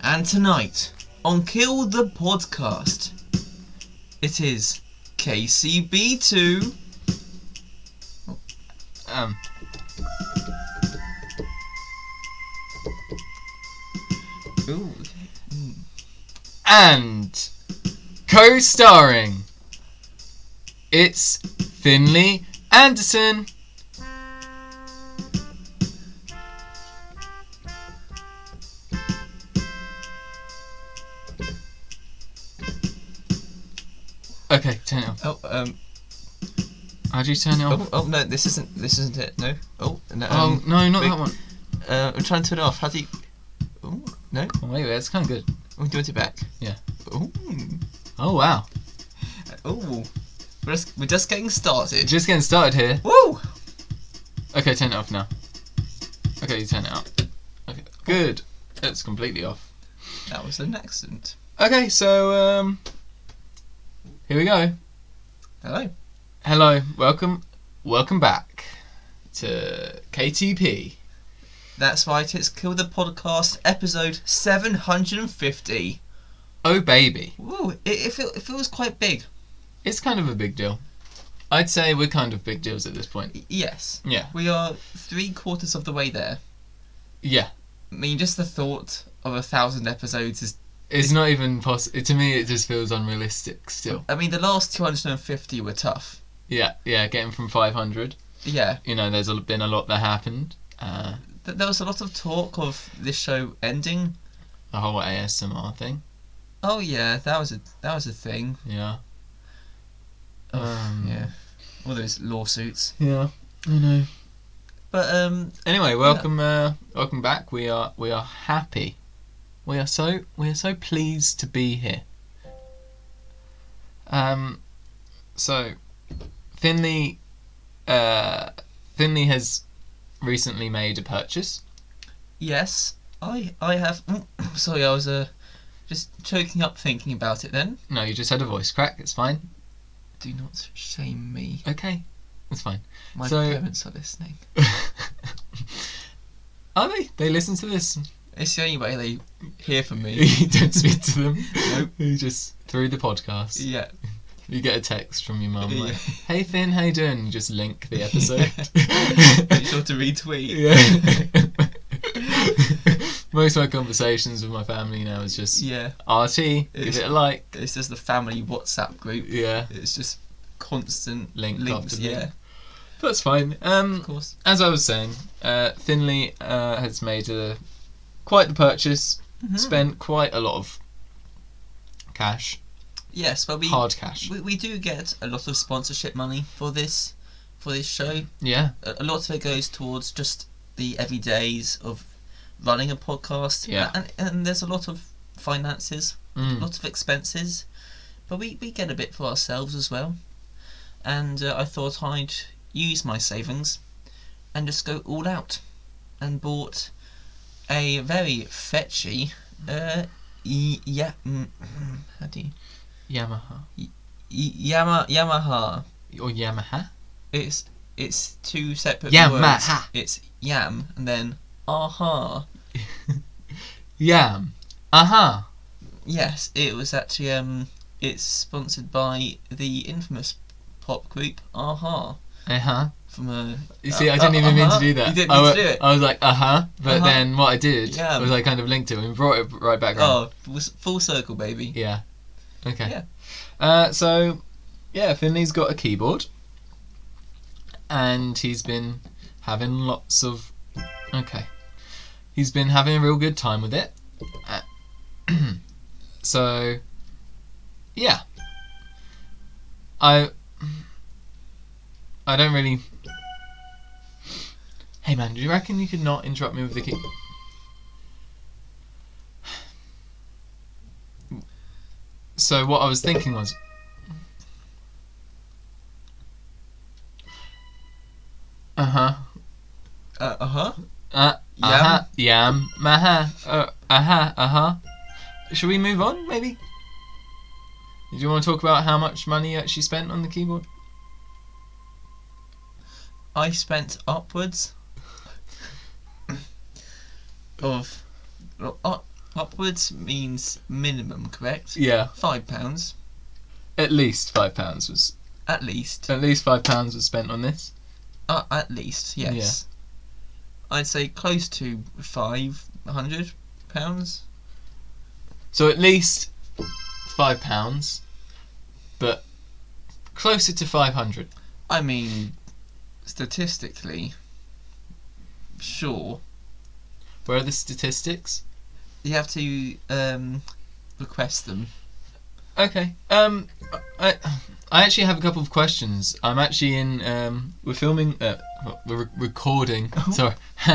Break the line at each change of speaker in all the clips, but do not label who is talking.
And tonight on Kill the Podcast, it is KCB2. Um. Ooh.
and co-starring it's Finley Anderson. Okay, turn it off.
Oh, um.
How do you turn it
Oh,
off?
oh, no, this isn't this isn't it. No. Oh, no.
Oh,
um,
no, not
wait.
that one.
uh, I'm trying to turn it off. How do you. Oh, no.
Oh, wait, that's kind of good.
Oh, do you want it back?
Yeah.
Oh.
Oh, wow.
Oh. We're just, we're just getting started.
Just getting started here.
Woo!
Okay, turn it off now. Okay, you turn it off. Okay, good. It's completely off.
That was an accident.
Okay, so um, here we go.
Hello.
Hello, welcome, welcome back to KTP.
That's right, it's Kill the Podcast episode 750.
Oh baby,
Ooh, it, it, feel, it feels quite big.
it's kind of a big deal. I'd say we're kind of big deals at this point.
Y- Yes.
Yeah,
We are three quarters of the way there.
yeah.
I mean, just the thought of a thousand episodes is.
It's not even possible to me. It just feels unrealistic still.
I mean, the last 250 were tough.
Yeah, yeah. Getting from 500.
Yeah.
You know, there's a- been a lot that happened. Uh,
Th- There was a lot of talk of this show ending.
the whole ASMR thing.
Oh yeah, that was a that was a thing.
Yeah. Um,
yeah, all those lawsuits.
Yeah. I know.
But um,
Anyway, welcome, uh, welcome back. We are we are happy. We are so we are so pleased to be here. Um, so Finley, uh, Finley has recently made a purchase.
yes, I I have. oh, sorry, I was uh, just choking up thinking about it. Then
No, you just had a voice crack. It's fine.
do not shame me.
Okay, it's fine.
My
So-
parents are listening.
are they? They listen to this.
It's the only way they hear from me.
you don't speak to them.
Nope.
You just through the podcast.
yeah.
You get a text from your mum
Yeah.
like, "Hey Finn, how you doing?" You just link the episode.
Make sure to retweet.
yeah. Most of my conversations with my family now is just
Yeah.
RT, give
It's-
it a like.
It's just the family WhatsApp group.
Yeah,
It's just constant
Link
links.
after link.
yeah,
that's fine.
of
Um,
course.
as I was saying, uh, Finley uh, has made a quite the purchase.
Mhm.
Spent quite a lot of cash,
Yes, but we
hard cash.
we, we do get a lot of sponsorship money for this for this show.
Yeah,
A, a lot of it goes towards just the everydays of running a podcast.
Yeah.
And and there's a lot of finances, a
mm.
lot of expenses, but we we get a bit for ourselves as well. And uh, I thought I'd use my savings and just go all out and bought a very fetchy uh y- yeah mm, how do you
Yamaha
y- Yama, Yamaha
or Yamaha.
It's it's two separate
Yamaha.
words. It's yam and then aha.
Yam. Aha.
Yes, it was actually um. It's sponsored by the infamous pop group Aha
Uh huh.
from a.
You see, I didn't even mean to do
Uh, uh-huh.
that.
You didn't
I,
mean
wa-
to do it.
I was like, uh huh, but
Uh-huh.
then what I did
Yeah.
was I kind of linked it and brought it right back around.
Oh, full s- full circle, baby.
Yeah. Okay.
Yeah.
Uh, so, yeah, Finley's got a keyboard, and he's been having lots of. Okay. He's been having a real good time with it. Uh, so, yeah. I. I don't really. Hey man, do you reckon you could not interrupt me with the key? So what I was thinking was, uh huh,
Uh huh.
uh
Yam.
huh, yam, maha, uh huh, uh huh. Should we move on? Maybe. Do you want to talk about how much money you actually spent on the keyboard?
I spent upwards of. Uh, Upwards means minimum, correct?
Yeah,
Five pounds,
at least five pounds was
at least.
at least five pounds was spent on this.
Uh, at least, yes. I'd say close to five hundred pounds.
So at least five pounds, but closer to five hundred.
I mean, statistically, sure.
Where are the statistics?
You have to um, request them.
Okay. Um, I I actually have a couple of questions. I'm actually in. Um, we're filming. Uh, we're re- recording. Sorry,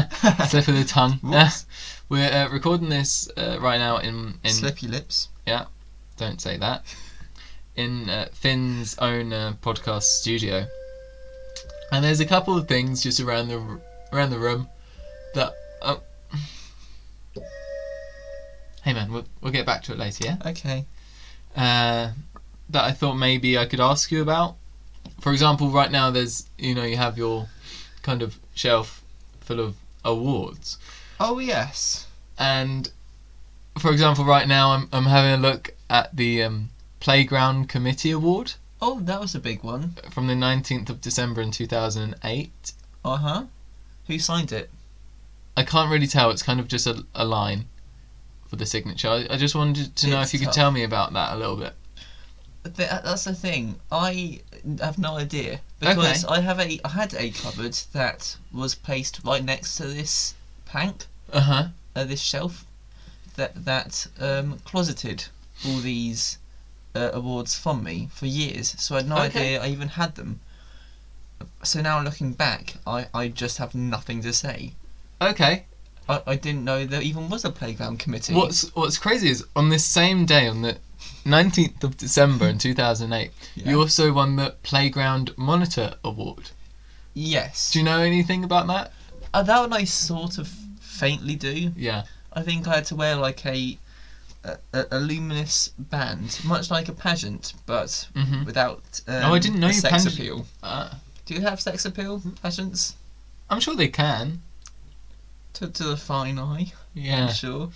slip of the tongue.
Whoops.
we're uh, recording this uh, right now in in.
Slip your lips.
Don't say that. In uh, Finn's own uh, podcast studio. And there's a couple of things just around the r- around the room that. Oh. Hey man, we'll, we'll get back to it later. Yeah
Okay.
uh, that I thought maybe I could ask you about. For example, right now there's you know you have your kind of shelf full of awards,
Oh yes.
and for example, right now I'm I'm having a look at the um, Playground Committee Award
Oh, that was a big one.
from the 19th of December in 2008.
Uh huh. Who signed it?
I can't really tell; it's kind of just a, a line for the signature. I, I just wanted to know
It's
if you
tough.
could tell me about that a little bit.
Th- uh, That's the thing. I have no idea because I have a I had a cupboard that was placed right next to this plank,
Uh huh.
uh, this shelf, that that um, closeted all these uh, awards from me for years. So I had no
Okay.
idea I even had them. So now looking back, I, I just have nothing to say.
Okay.
I, I didn't know there even was a playground committee.
What's What's crazy is on this same day, on the 19th of December in 2008,
Yeah.
you also won the Playground Monitor Award.
Yes.
Do you know anything about that?
Uh, that one I sort of faintly do.
Yeah.
I think I had to wear like a a, a, a luminous band, much like a pageant, but
Mhm.
without. Um,
I didn't know
the
you
sex
pageant-
appeal.
Uh,
Do you have sex appeal pageants
I'm sure they can.
to to the fine eye? I'm
Yeah.
sure.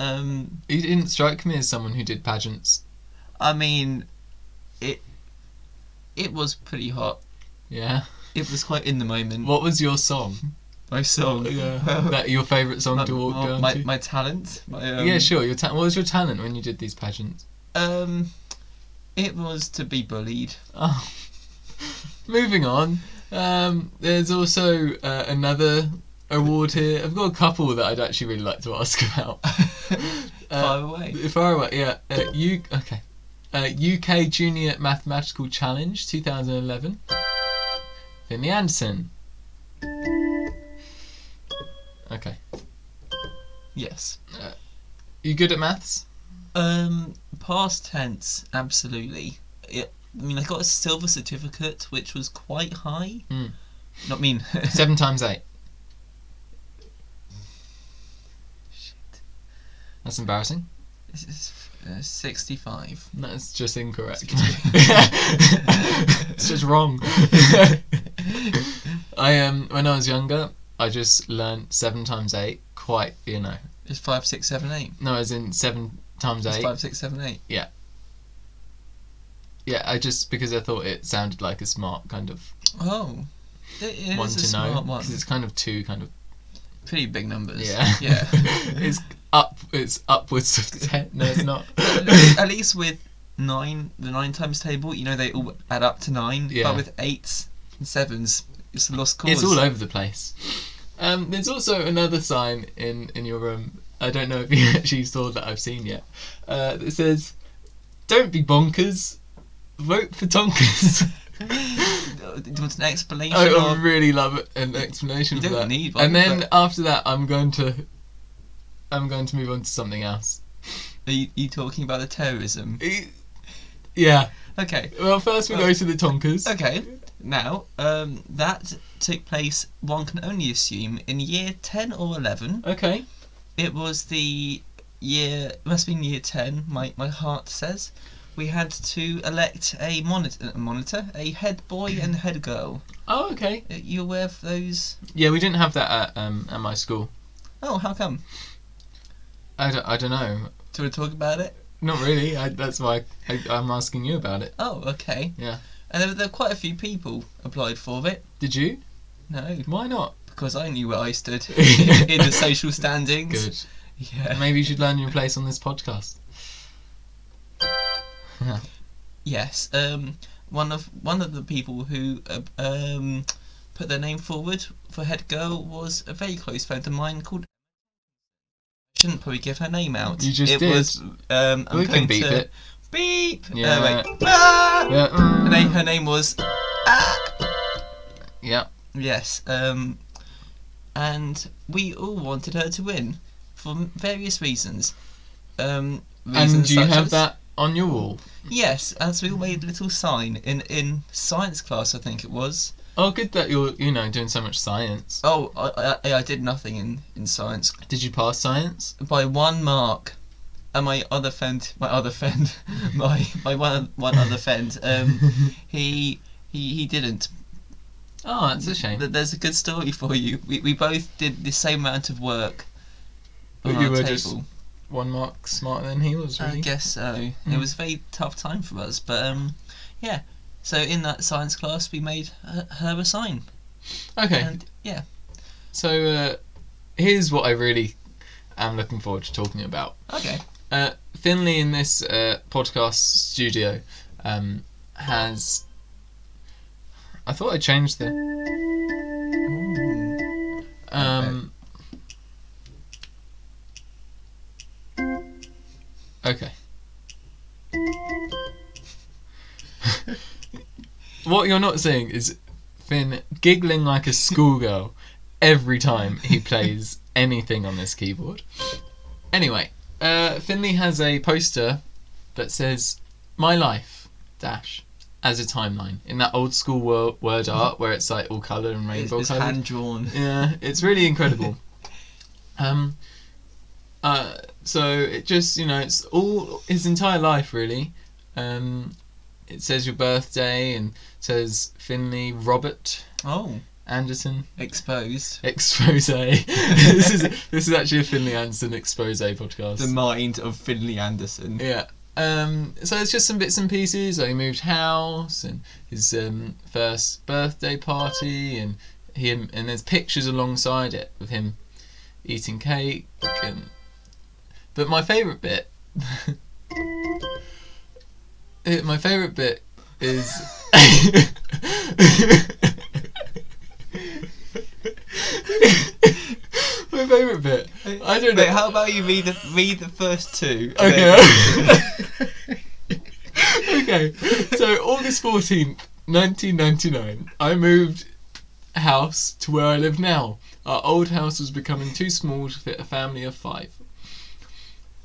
Um,
You didn't strike me as someone who did pageants.
I mean, it it was pretty hot.
Yeah.
It was quite in the moment.
What was your song?
my song?
that your favourite song
my,
to walk down
my,
to?
my talent. My, um,
yeah, sure. Your ta- what was your talent when you did these pageants?
Um, it was to be bullied.
Oh. Moving on. Um, there's also uh, another award here. I've got a couple that I'd actually really like to ask about.
Fire away.
Far away. Uh, Yeah. Uh, U- okay. Uh, UK Junior Mathematical Challenge 2011. Finley Anderson. Okay.
Yes.
You good at maths?
Um, past tense, absolutely. It, I mean, I got a silver certificate, which was quite high.
Hmm.
Not mean.
Seven times eight.
Shit.
That's embarrassing.
This is uh, sixty-five.
That's just incorrect.
Excuse
it's just wrong. I um when I was younger, I just learned seven times eight quite you know
It's five, six, seven, eight.
no as in seven times
It's
eight.
five, six, seven, eight.
Yeah, I just because I thought it sounded like a smart kind of
Oh, it is
one
a
to know
smart one.
because it's kind of two kind of
Pretty big numbers.
yeah
Yeah.
it's up it's upwards of ten. No, it's not.
At least with nine, the nine times table, you know they all add up to nine.
Yeah.
But with eights and sevens, it's a lost cause.
It's all over the place. Um, there's also another sign in, in your room. I don't know if you actually saw that I've seen yet. Uh, that says, "Don't be bonkers. Vote for Tonkers."
Do you want an explanation?
I, I
or-
really love an explanation
You
for
don't
that.
need one,
and then
but-
after that, I'm going to, I'm going to move on to something else.
Are you, you talking about the terrorism?
E- Yeah.
Okay,
Well, first we go to the Tonkers.
Oh. okay. Now, um, that took place, one can only assume, in year 10 or 11.
Okay.
It was the year, it must have been year 10, my, my heart says. We had to elect a monitor, a, monitor, a head boy and head girl.
Oh, okay.
Are you aware of those?
Yeah, we didn't have that at um at my school.
Oh, how come?
I don't, I don't know.
Do we talk about it?
Not really. I, that's why I, I'm asking you about it.
Oh, okay.
Yeah.
And there, there were quite a few people applied for it.
Did you?
No,
Why not?
because I knew where I stood in the social standings.
Good.
Yeah.
Maybe you should learn your place on this podcast.
Yes. Um. One of one of the people who uh, um put their name forward for head girl was a very close friend of mine called. I shouldn't probably give her name out.
You just
it
did.
was. Um. I'm
we
going
can beep
to
it.
beep. Uh,
Yeah.
wait. Ah!
Yeah. mm,
Her name. Her name was. Ah!
yeah.
Yes, um, and we all wanted her to win for m- various reasons. Um,
And
reasons
do you
such
have
as-
that on your wall?
Yes, as we all made a little sign in in science class, I think it was.
Oh, good that you're, you know, doing so much science.
Oh, I I, I did nothing in in science
Did you pass science?
by one mark. And my other friend, my other friend, my my one one other friend, um, he he he didn't.
Oh, that's a shame.
Th- There's a good story for you. We we both did the same amount of work.
But
on
you
our
were
table.
just one mark smarter than he was,
I
really. Hmm.
guess so. It was a very tough time for us, but um, yeah. So in that science class, we made her, her a sign,
Okay,
and yeah,
so uh, here's what I really am looking forward to talking about.
okay,
Uh, Finley in this uh, podcast studio um, has. I thought I changed the. Um, okay. what you're not seeing is Finn giggling like a schoolgirl every time he plays anything on this keyboard. Anyway, uh, Finley has a poster that says "My Life" dash as a timeline in that old school wor- word art where it's like all color and
it's,
rainbow
it's
colored.
hand drawn.
Yeah, it's really incredible. um, uh, so it just you know it's all his entire life really. Um, it says your birthday and says Finley Robert
Oh,
Anderson
exposed.
expose. this is this is actually a Finley Anderson expose podcast.
The mind of Finley Anderson.
Yeah. Um, so it's just some bits and pieces. Like he moved house and his um, first birthday party, and him and there's pictures alongside it of him eating cake. And but my favourite bit, Eh, my favourite bit is. my favourite bit. I don't know.
Wait, how about you read the read the first two? and then-
Okay. okay. So August fourteenth, nineteen ninety nine, I moved house to where I live now. Our old house was becoming too small to fit a family of five.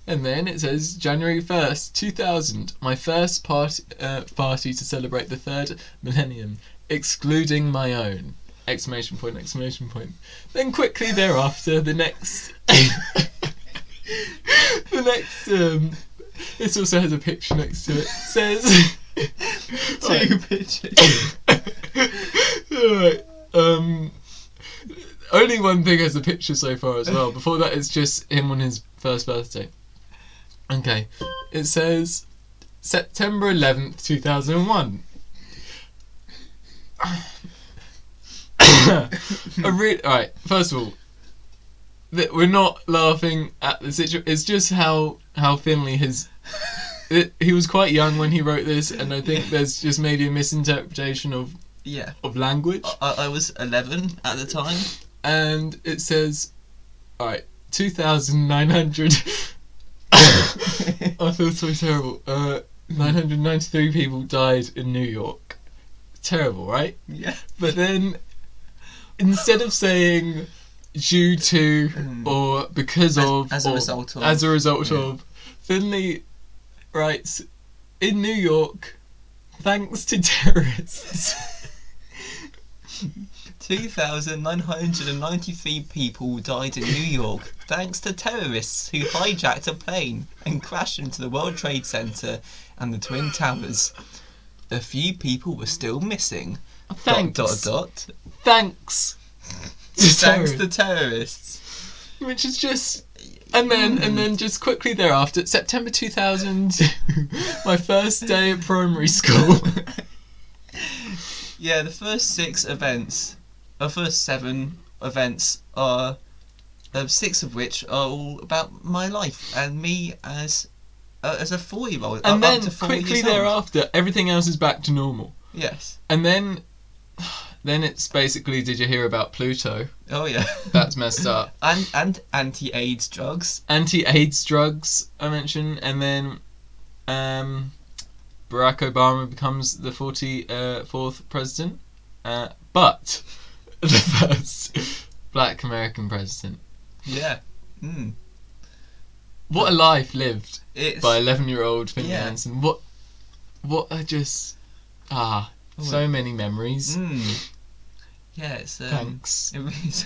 And then it says January first, two thousand, my first party uh, party to celebrate the third millennium, excluding my own. Exclamation point! Exclamation point! Then quickly thereafter, the next. the next um this also has a picture next to it says
two pictures.
Alright, um only one thing has a picture so far as well before that it's just him on his first birthday okay it says september 11th 2001 I re- all right. First of all, that we're not laughing at the situation. It's just how how Finley has. It, he was quite young when he wrote this, and I think there's just maybe a misinterpretation of
yeah,
of language.
I, I was eleven at the time.
And it says, all right, two thousand nine hundred. I feel so terrible. Uh, nine hundred ninety-three people died in New York. Terrible, right?
Yeah.
But then, instead of saying due to or because
Mm. As- as
of,
a
or
result of.
as a result of, Finley writes in New York, thanks to terrorists.
Two thousand nine hundred and ninety-three people died in New York thanks to terrorists who hijacked a plane and crashed into the World Trade Center and the Twin Towers. A few people were still missing. Dot
thanks,
dot dot.
thanks. To
Thanks
terrorists,
to terrorists.
which is just and then and
Mm.
then just quickly thereafter, September two thousand, my first day at primary school.
Yeah, the first six events, or first seven events are, uh, six of which are all about my life and me as, uh, as a four-year-old. up-
and
up
then
to four
quickly
years old.
thereafter, everything else is back to normal.
Yes.
And then, then it's basically, did you hear about Pluto?
Oh yeah.
That's messed up.
and and anti-AIDS drugs.
anti-AIDS drugs I mentioned, and then um, Barack Obama becomes the forty uh, fourth president, uh, but the first Black American president.
Yeah. Mm.
What a life lived
It's
by eleven year old Finley
Yeah.
Hansen. What what a just ah so many memories.
Oh Mm. Yeah, it's um,
Thanks.
it's,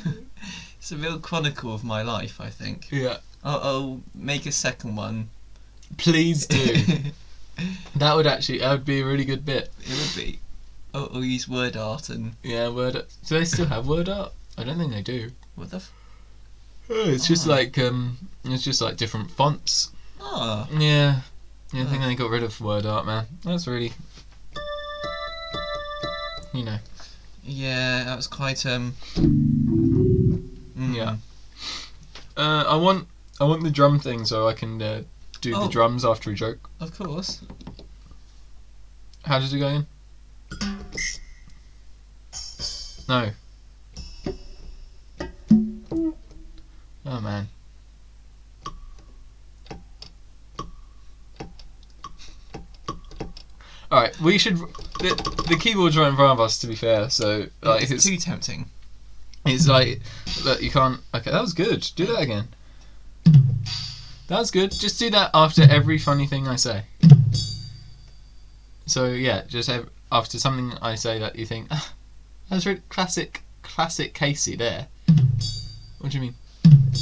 it's a real chronicle of my life. I think
Yeah,
I'll, I'll make a second one.
please do.
it
that would actually that would be a really good bit.
would be. oh, I'll, I'll use word art and
Yeah, word. up. Do they still have word up? I don't think they do.
what the. F-
Oh, it's just
Ah.
like um, it's just like different fonts.
oh.
Yeah, yeah. I think
Ah.
they got rid of word art, man. That's really, you know,
Yeah, that was quite um. mm.
Yeah. uh, I want I want the drum thing so I can uh, do
Oh.
the drums after a joke.
Of course.
How does it go in? No. Oh man. All right, we should. The, the keyboards right in front of us, to be fair. So like,
it's,
it's
too tempting.
it's like look, you can't. Okay, that was good. Do that again. That was good. Just do that after every funny thing I say. So yeah, just ev- after something I say that you think ah, that was really classic, classic Casey there. What do you mean?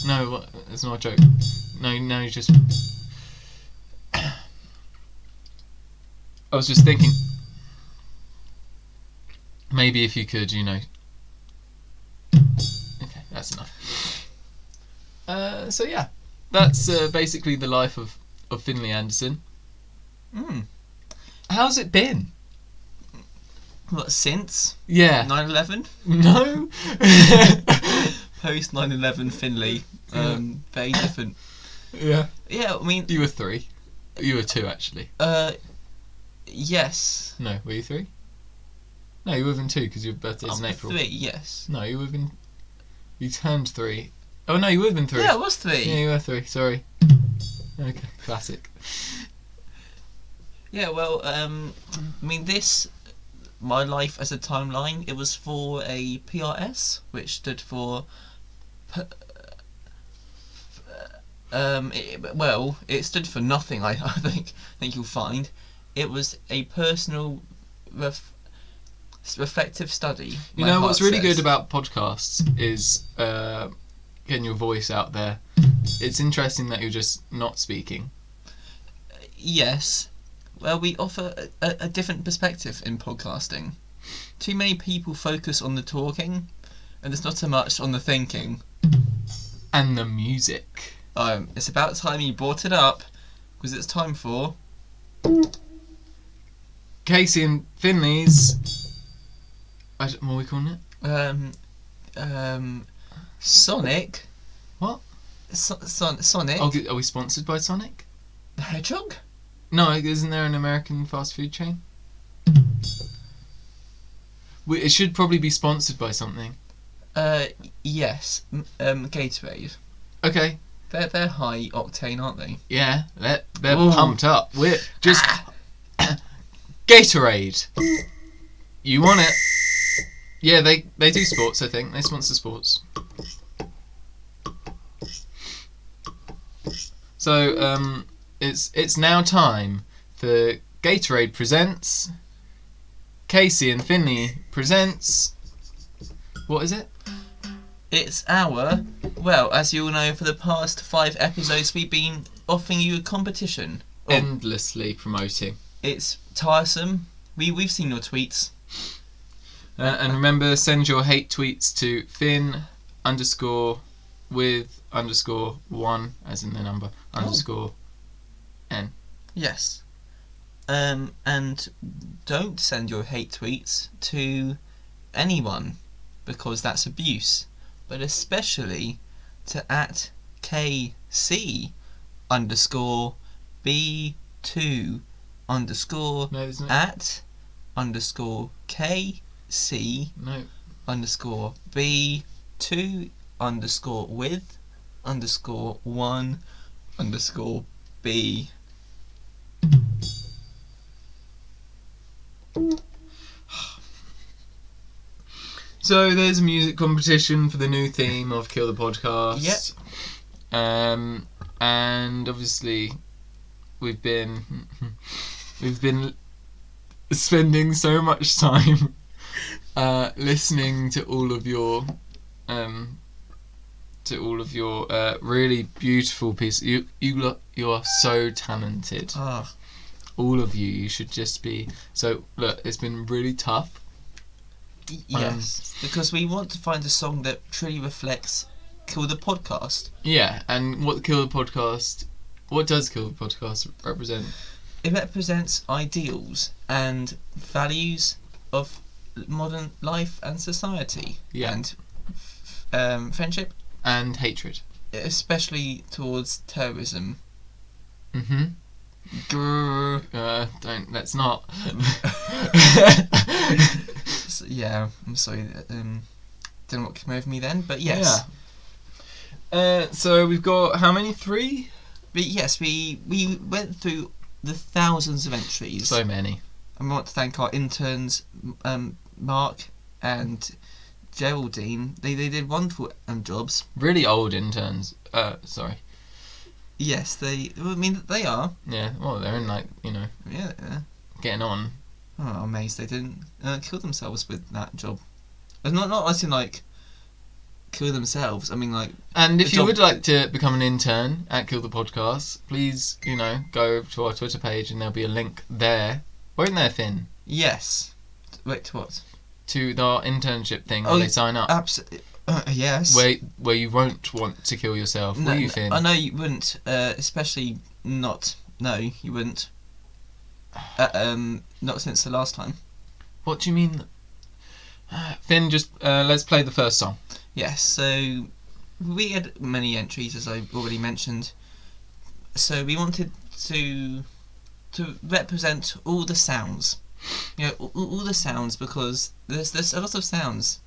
No, what, it's not a joke. No, no, you just. I was just thinking. Maybe if you could, you know, Okay, that's enough. Uh, so yeah, that's uh, basically the life of, of Finley Anderson.
Mm.
How's it been?
What since
Yeah.
9/11?
No.
Post 9/11 Finley. Um, very different.
yeah.
Yeah, I mean,
You were three. You were two actually.
uh, yes.
No, were you three? No, you were even two because your birthday's
I'm
in April.
Three, yes.
No, you were even. You turned three. Oh no, you were even three.
Yeah, it was three.
Yeah,
Yeah,
you were three. Sorry. Okay. Classic.
well, um, I mean, this, my life as a timeline, it was for a PRS, which stood for. P- um, it, well, it stood for nothing, I, I think. I think you'll find. It was a personal ref- reflective study.
You
my
know what's
heart
really
says.
good about podcasts is uh, getting your voice out there. It's interesting that you're just not speaking.
Yes. Well, we offer a, a, a different perspective in podcasting. Too many people focus on the talking, and there's not so much on the thinking.
And the music.
Um, it's about time you brought it up, because it's time for
Casey and Finley's. I don't, what are we calling it?
um, um, Sonic.
What?
So- son- Sonic
Oh, good- are we sponsored by Sonic?
the Hedgehog.
No, isn't there an American fast food chain? We, it should probably be sponsored by something.
Uh, yes. m- Um, Gatorade.
Okay,
They're they're high octane, aren't they?
yeah, they're, they're
Ooh.
pumped up. We're just. Gatorade. You want it? Yeah, they they do sports. I think they sponsor sports. So um, it's it's now time for Gatorade presents. Casey and Finley presents. What is it?
It's our, well, as you all know, for the past five episodes, we've been offering you a competition. Oh.
Endlessly promoting.
It's tiresome. We we've seen your tweets.
Uh, and remember, send your hate tweets to Finn underscore with underscore one as in the number underscore n.
Yes. Um, and don't send your hate tweets to anyone because that's abuse, but especially to at KC underscore B2 underscore
No, there's no.
at underscore KC
no,
underscore B2 underscore with underscore 1 underscore B.
So there's a music competition for the new theme of Kill the Podcast. Yep. Um, and obviously, we've been we've been spending so much time uh, listening to all of your um, to all of your uh, really beautiful pieces. You you lo- you are so talented
Ah,
all of you, you should just be. So look, it's been really tough.
y- yes. Um, because we want to find a song that truly reflects Kill the Podcast.
Yeah, and what Kill the Podcast? What does Kill the Podcast represent?
It represents ideals and values of modern life and society
Yeah.
and um, friendship,
And hatred.
especially towards terrorism.
Mm-hmm. Uh, don't. Let's not.
S- yeah, I'm sorry. that, Um, don't know what came over me then, but yes,
Yeah. Uh, so we've got how many? Three.
but yes, we we went through the thousands of entries.
So many.
And we want to thank our interns, um, Mark and Geraldine. They they did wonderful um, jobs.
Really old interns. Uh, sorry.
Yes, they. I mean, they are.
Yeah. Well, they're in like you know
Yeah. yeah.
getting on.
Oh, I'm amazed they didn't uh, kill themselves with that job. Uh, Not not as in like kill themselves. I mean like
And if
The
you
job-
would like to become an intern at Kill the Podcast, please, you know, go to our Twitter page and there'll be a link there, won't there, Finn,
yes. Wait, what?
to our internship thing where
Oh,
they sign up,
Absolutely. Uh, yes.
where where you won't want to kill yourself,
No,
will you,
no,
Finn?
I know you wouldn't. Uh, especially not. No, you wouldn't. Uh, um, not since the last time.
What do you mean? Finn, just uh, let's play the first song.
Yes, so we had many entries as I already mentioned. So we wanted to to represent all the sounds. You know, all, all the sounds because there's there's a lot of sounds.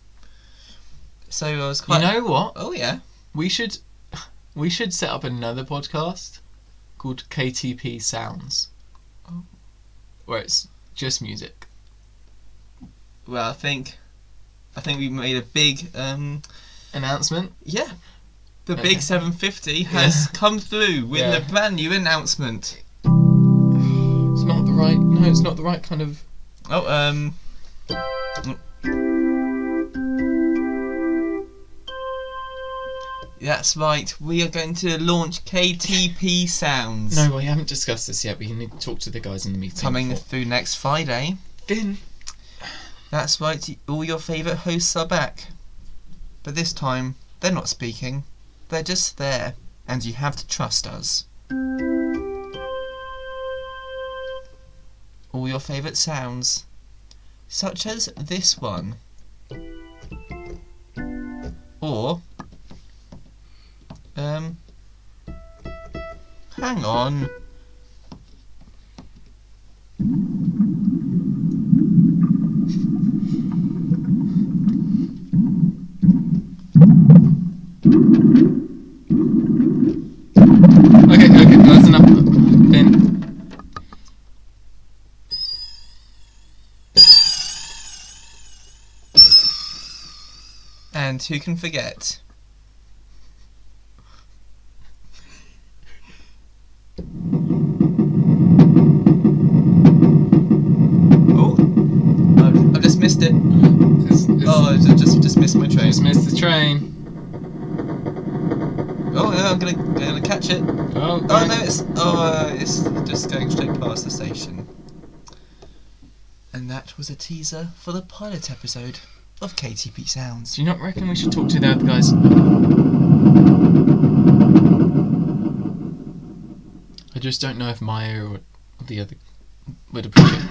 So I was quite
you know what?
Oh yeah.
We should we should set up another podcast called KTP Sounds,
Oh.
where it's just music.
Well I think I think we made a big um
Announcement.
yeah. The
Okay.
big 750 has come through with
Yeah.
a brand new announcement.
It's not the right. No, it's not the right kind of.
Oh, um. That's right. We are going to launch KTP Sounds
No, we haven't discussed this yet. We need to talk to the guys in the meeting.
coming
before-
through next Friday.
Finn.
That's right. All your favourite hosts are back, but this time they're not speaking. They're just there, and you have to trust us. All your favourite sounds, such as this one, or um, hang on.
Okay, okay, that's enough. Finn.
And who can forget? Oh, I've, I've just missed it.
It's, it's,
Oh, I ju- just just missed my train.
just missed the train.
Oh, no, I'm gonna gonna catch it.
Oh,
Oh no, it's oh uh, it's just going straight past the station. And that was a teaser for the pilot episode of KTP Sounds.
Do you not reckon we should talk to the other guys? I just don't know if Maya or the other would appreciate.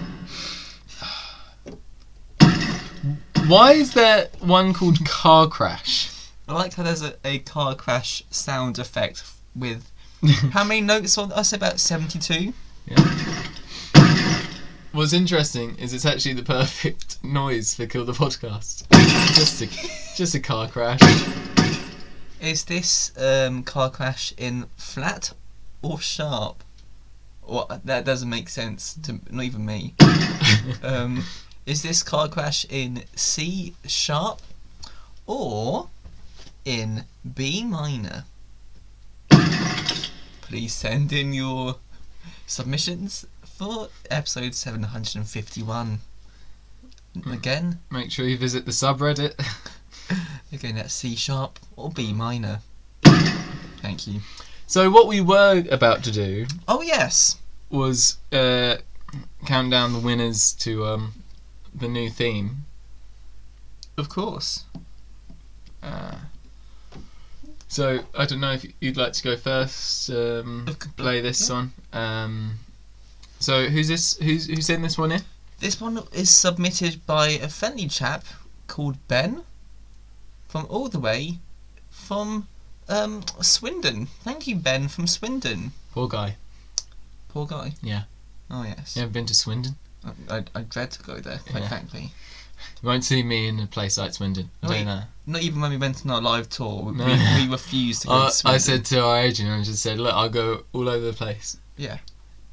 Why is there one called Car Crash?
I like how there's a, a car crash sound effect with how many notes on us? About seventy-two.
What's interesting is it's actually the perfect noise for Kill the Podcast. just a just a car crash.
Is this um, car crash in flat or sharp? Well, that doesn't make sense to not even me. um, is this car crash in C sharp or in B minor? Please send in your submissions for episode 751. Again,
Make sure you visit the subreddit.
again, that's C sharp or B minor. Thank you.
So what we were about to do
Oh, yes.
was uh, count down the winners to um, the new theme.
Of course.
Uh, so I don't know if you'd like to go first. Um,
Of c-
play this one. Um, so who's this? Who's who sent this one in?
This one is submitted by a friendly chap called Ben from all the way from um, Swindon. Thank you, Ben from Swindon.
Poor guy.
Poor guy.
Yeah.
Oh, yes.
You ever been to Swindon?
I, I, I dread to go there, quite
Yeah.
frankly.
You won't see me in a place like Swindon. I
Wait.
don't know.
Not even when we went on our live tour, we,
No.
we, we refused to go
I,
to Swindon.
I said to our agent, I just said, look, I'll go all over the place.
Yeah.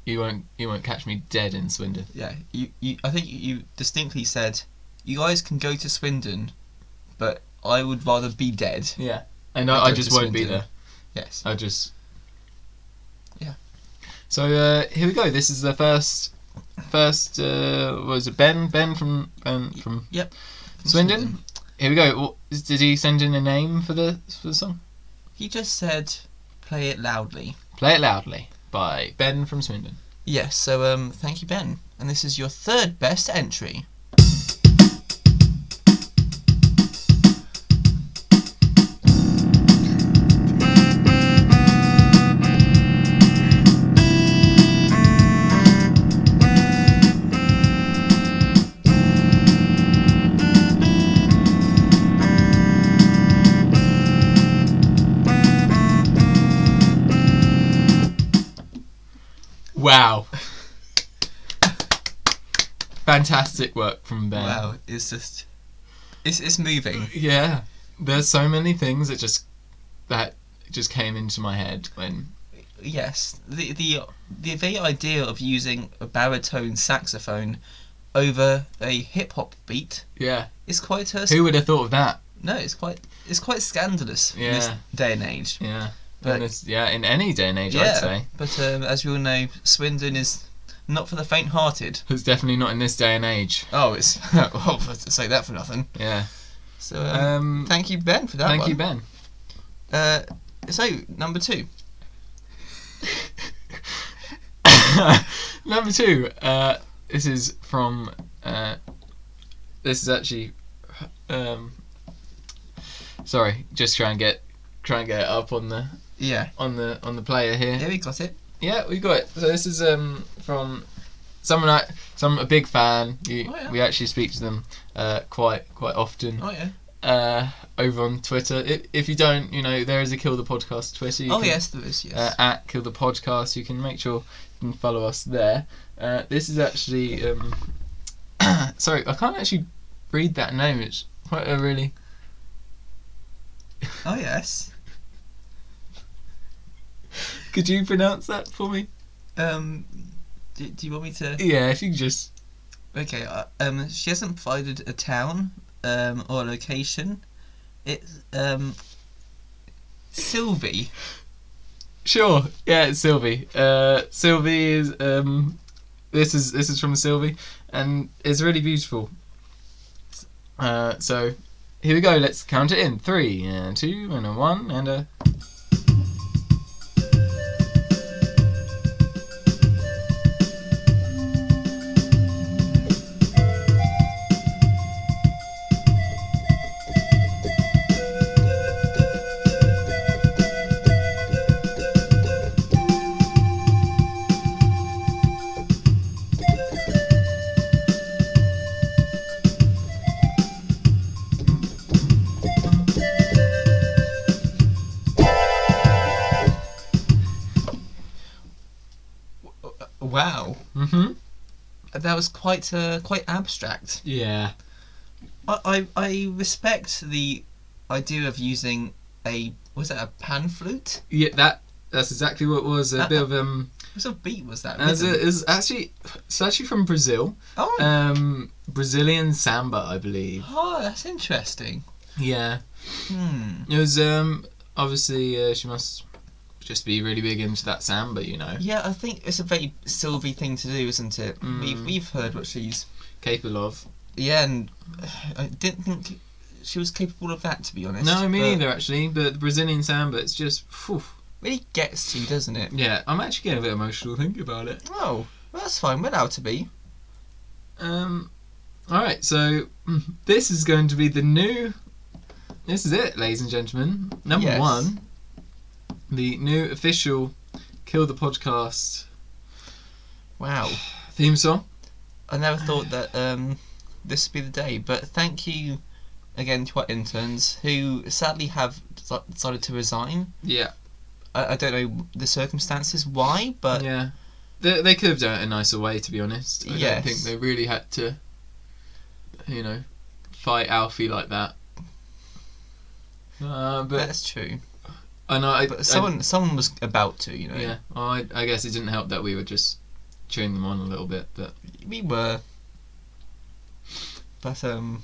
You won't you won't catch me dead in Swindon.
Yeah, you, you. I think you distinctly said, you guys can go to Swindon, but I would rather be dead.
Yeah. And
I'll
I, I
go
just
to
won't be
Swindon.
there.
Yes.
I just.
Yeah.
So uh, here we go. This is the first, first uh, was it Ben? Ben from Ben from
Yep.
Swindon. Here we go. What, is- did he send in a name for the for the song?
He just said, play it loudly.
Play it loudly by Ben from Swindon.
Yes, so um, thank you, Ben. And this is your third best entry.
Wow. Fantastic work from Ben.
Wow, it's just, it's it's moving.
Yeah. There's so many things that just that just came into my head when
Yes, the the the very idea of using a baritone saxophone over a hip hop beat
yeah.
is quite a
Who would have thought of that?
no, it's quite it's quite scandalous in this
Yeah.
day and age.
Yeah.
But-
In this- yeah, in any day and age, I'd say.
but um, as we all know, Swindon is not for the faint-hearted.
It's definitely not in this day and age.
Oh, it's well, to say that for nothing.
Yeah.
So um,
Um,
thank you, Ben, for that
thank
one.
you, Ben.
Uh, so number two.
Number two. Uh, this is from. Uh, this is actually. Um, sorry, just try and get try and get it up on the
Yeah.
on the on the player here.
Yeah, we got it.
Yeah, we got it. So this is um from someone I some a big fan. You,
Oh, yeah.
We actually speak to them uh, quite quite often.
Oh yeah.
uh, over on Twitter. If, if you don't, you know, there is a Kill the Podcast Twitter. You
oh
can,
yes, there is. Yes.
Uh, at Kill the Podcast, you can make sure you can follow us there. Uh, this is actually. Um, sorry, I can't actually read that name. It's quite a really.
oh yes.
Could you pronounce that for me?
Um, do, do you want me to?
Yeah, if you could just.
Okay. Uh, um, she hasn't provided a town um or a location. It's um. Sylvie.
Sure. Yeah, it's Sylvie. Uh, Sylvie is um, this is this is from Sylvie, and it's really beautiful. Uh, so here we go. Let's count it in three and two and a one and a.
Wow,
Mm-hmm.
that was quite uh, quite abstract.
Yeah.
I, I I respect the idea of using a was that a pan flute?
Yeah. That. That's exactly what it was. A
Uh,
bit of um.
What sort of beat was that?
As
Rhythm?
it is actually, it's actually from Brazil.
oh,
Um, Brazilian samba, I believe.
oh, that's interesting.
Yeah.
Hmm.
It was um. Obviously, uh, she must just be really big into that samba, you know.
Yeah, I think it's a very Sylvie thing to do, isn't it?
Mm.
We've we've heard what she's
Capable of.
yeah, and uh, I didn't think she was capable of that to be honest.
No, me
but
neither actually. But the Brazilian samba, it's just, phew,
Really gets to, you, doesn't it?
yeah. I'm actually getting a bit emotional thinking about it.
Oh, well, that's fine. We're allowed to be.
Um, all right. So mm, this is going to be the new. This is it, ladies and gentlemen. Number
Yes.
one, the new official Kill the Podcast
Wow.
theme song.
I never thought that um, this would be the day, but thank you again to our interns who sadly have deci- decided to resign.
Yeah,
I, I don't know the circumstances why, but
yeah. They, they could have done it a nicer way, to be honest. I don't
Yes.
think they really had to, you know, fight Alfie like that. Uh, but
that's true.
I know. I, I-
But someone someone was about to, you know.
yeah. Well, I, I guess it didn't help that we were just cheering them on a little bit, but
We were. But um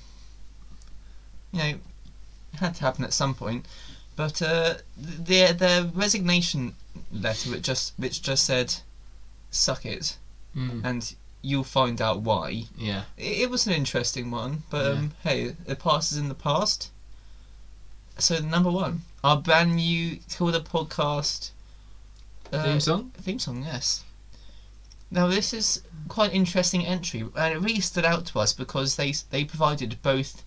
you know, it had to happen at some point. But uh th- their their resignation letter which just which just said suck it
mm,
and you'll find out why.
yeah.
It, it was an interesting one, but
Yeah.
um, hey, the past is in the past. So number one, our brand new Kill the Podcast uh,
theme song.
Theme song, yes. Now this is quite an interesting entry, and it really stood out to us because they they provided both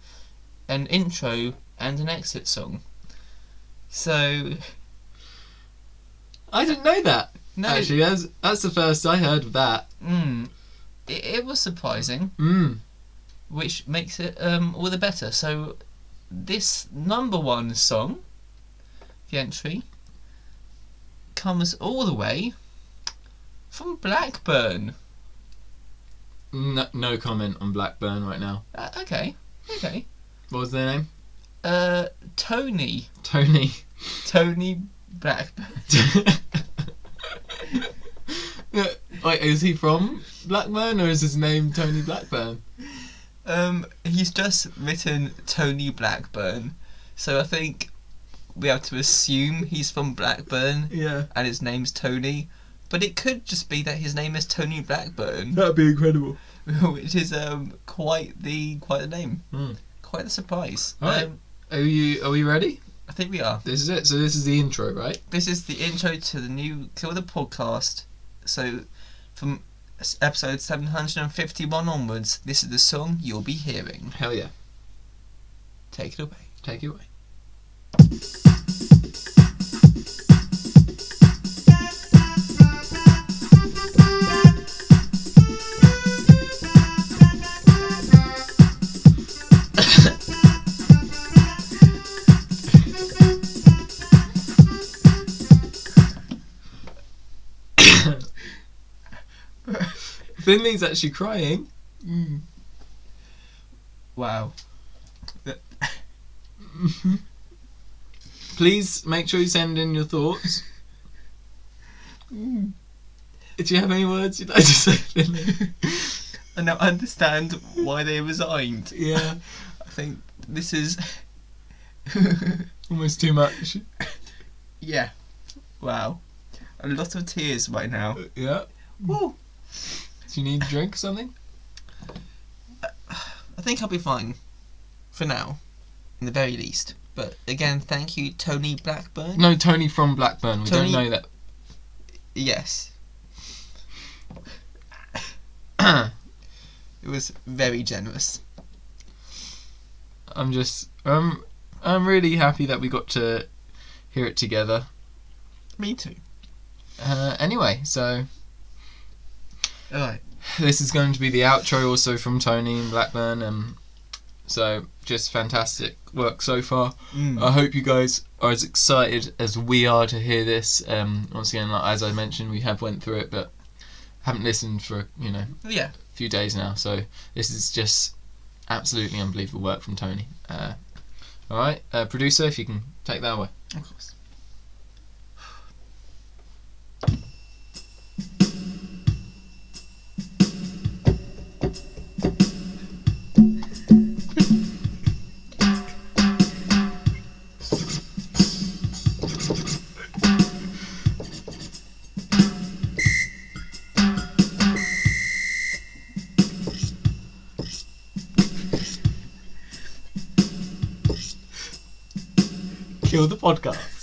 an intro and an exit song. So
I didn't know that.
no,
Actually, that's, that's the first I heard of that.
mm, it, it was surprising.
Mm.
which makes it um, all the better. So, this number one song, the entry, comes all the way from Blackburn.
No, no comment on Blackburn right now.
Uh, okay, okay.
What was their name?
Uh, Tony,
Tony.
Tony Blackburn.
Yeah, Wait, is he from Blackburn or is his name Tony Blackburn?
Um, he's just written Tony Blackburn, so I think we have to assume he's from Blackburn
Yeah.
and his name's Tony. But it could just be that his name is Tony Blackburn.
That'd be incredible.
which is um quite the quite the name,
Hmm.
quite the surprise.
Alright.
Um,
Are you are we ready?
I think we are.
This is it. So this is the intro, right?
This is the intro to the new Kill the podcast. So, from s- episode seven hundred and fifty-one onwards, this is the song you'll be hearing.
Hell yeah.
Take it away.
Take it away. Finley's actually crying.
Wow.
Mm-hmm. Please make sure you send in your thoughts. Mm. Do you have any words you'd like to say, Finley?
I now understand why they resigned.
yeah,
I think this is.
almost too much.
yeah. Wow. A lot of tears right now.
Yeah.
Woo.
Do you need a drink or something?
I think I'll be fine for now, in the very least. But again, thank you, Tony Blackburn.
No, Tony from Blackburn. We
Tony-
don't know that.
Yes, it was very generous.
I'm just um I'm really happy that we got to hear it together.
Me too.
Uh, anyway, so
All right.
this is going to be the outro also from Tony and Blackburn and so just fantastic work so far.
Mm.
I hope you guys are as excited as we are to hear this. Um, once again, like, as I mentioned, we have went through it, but haven't listened for you know
Oh, Yeah,
a few days now, so this is just absolutely unbelievable work from Tony. Uh, all right, uh, producer, if you can take that away.
of course.
Kill the podcast.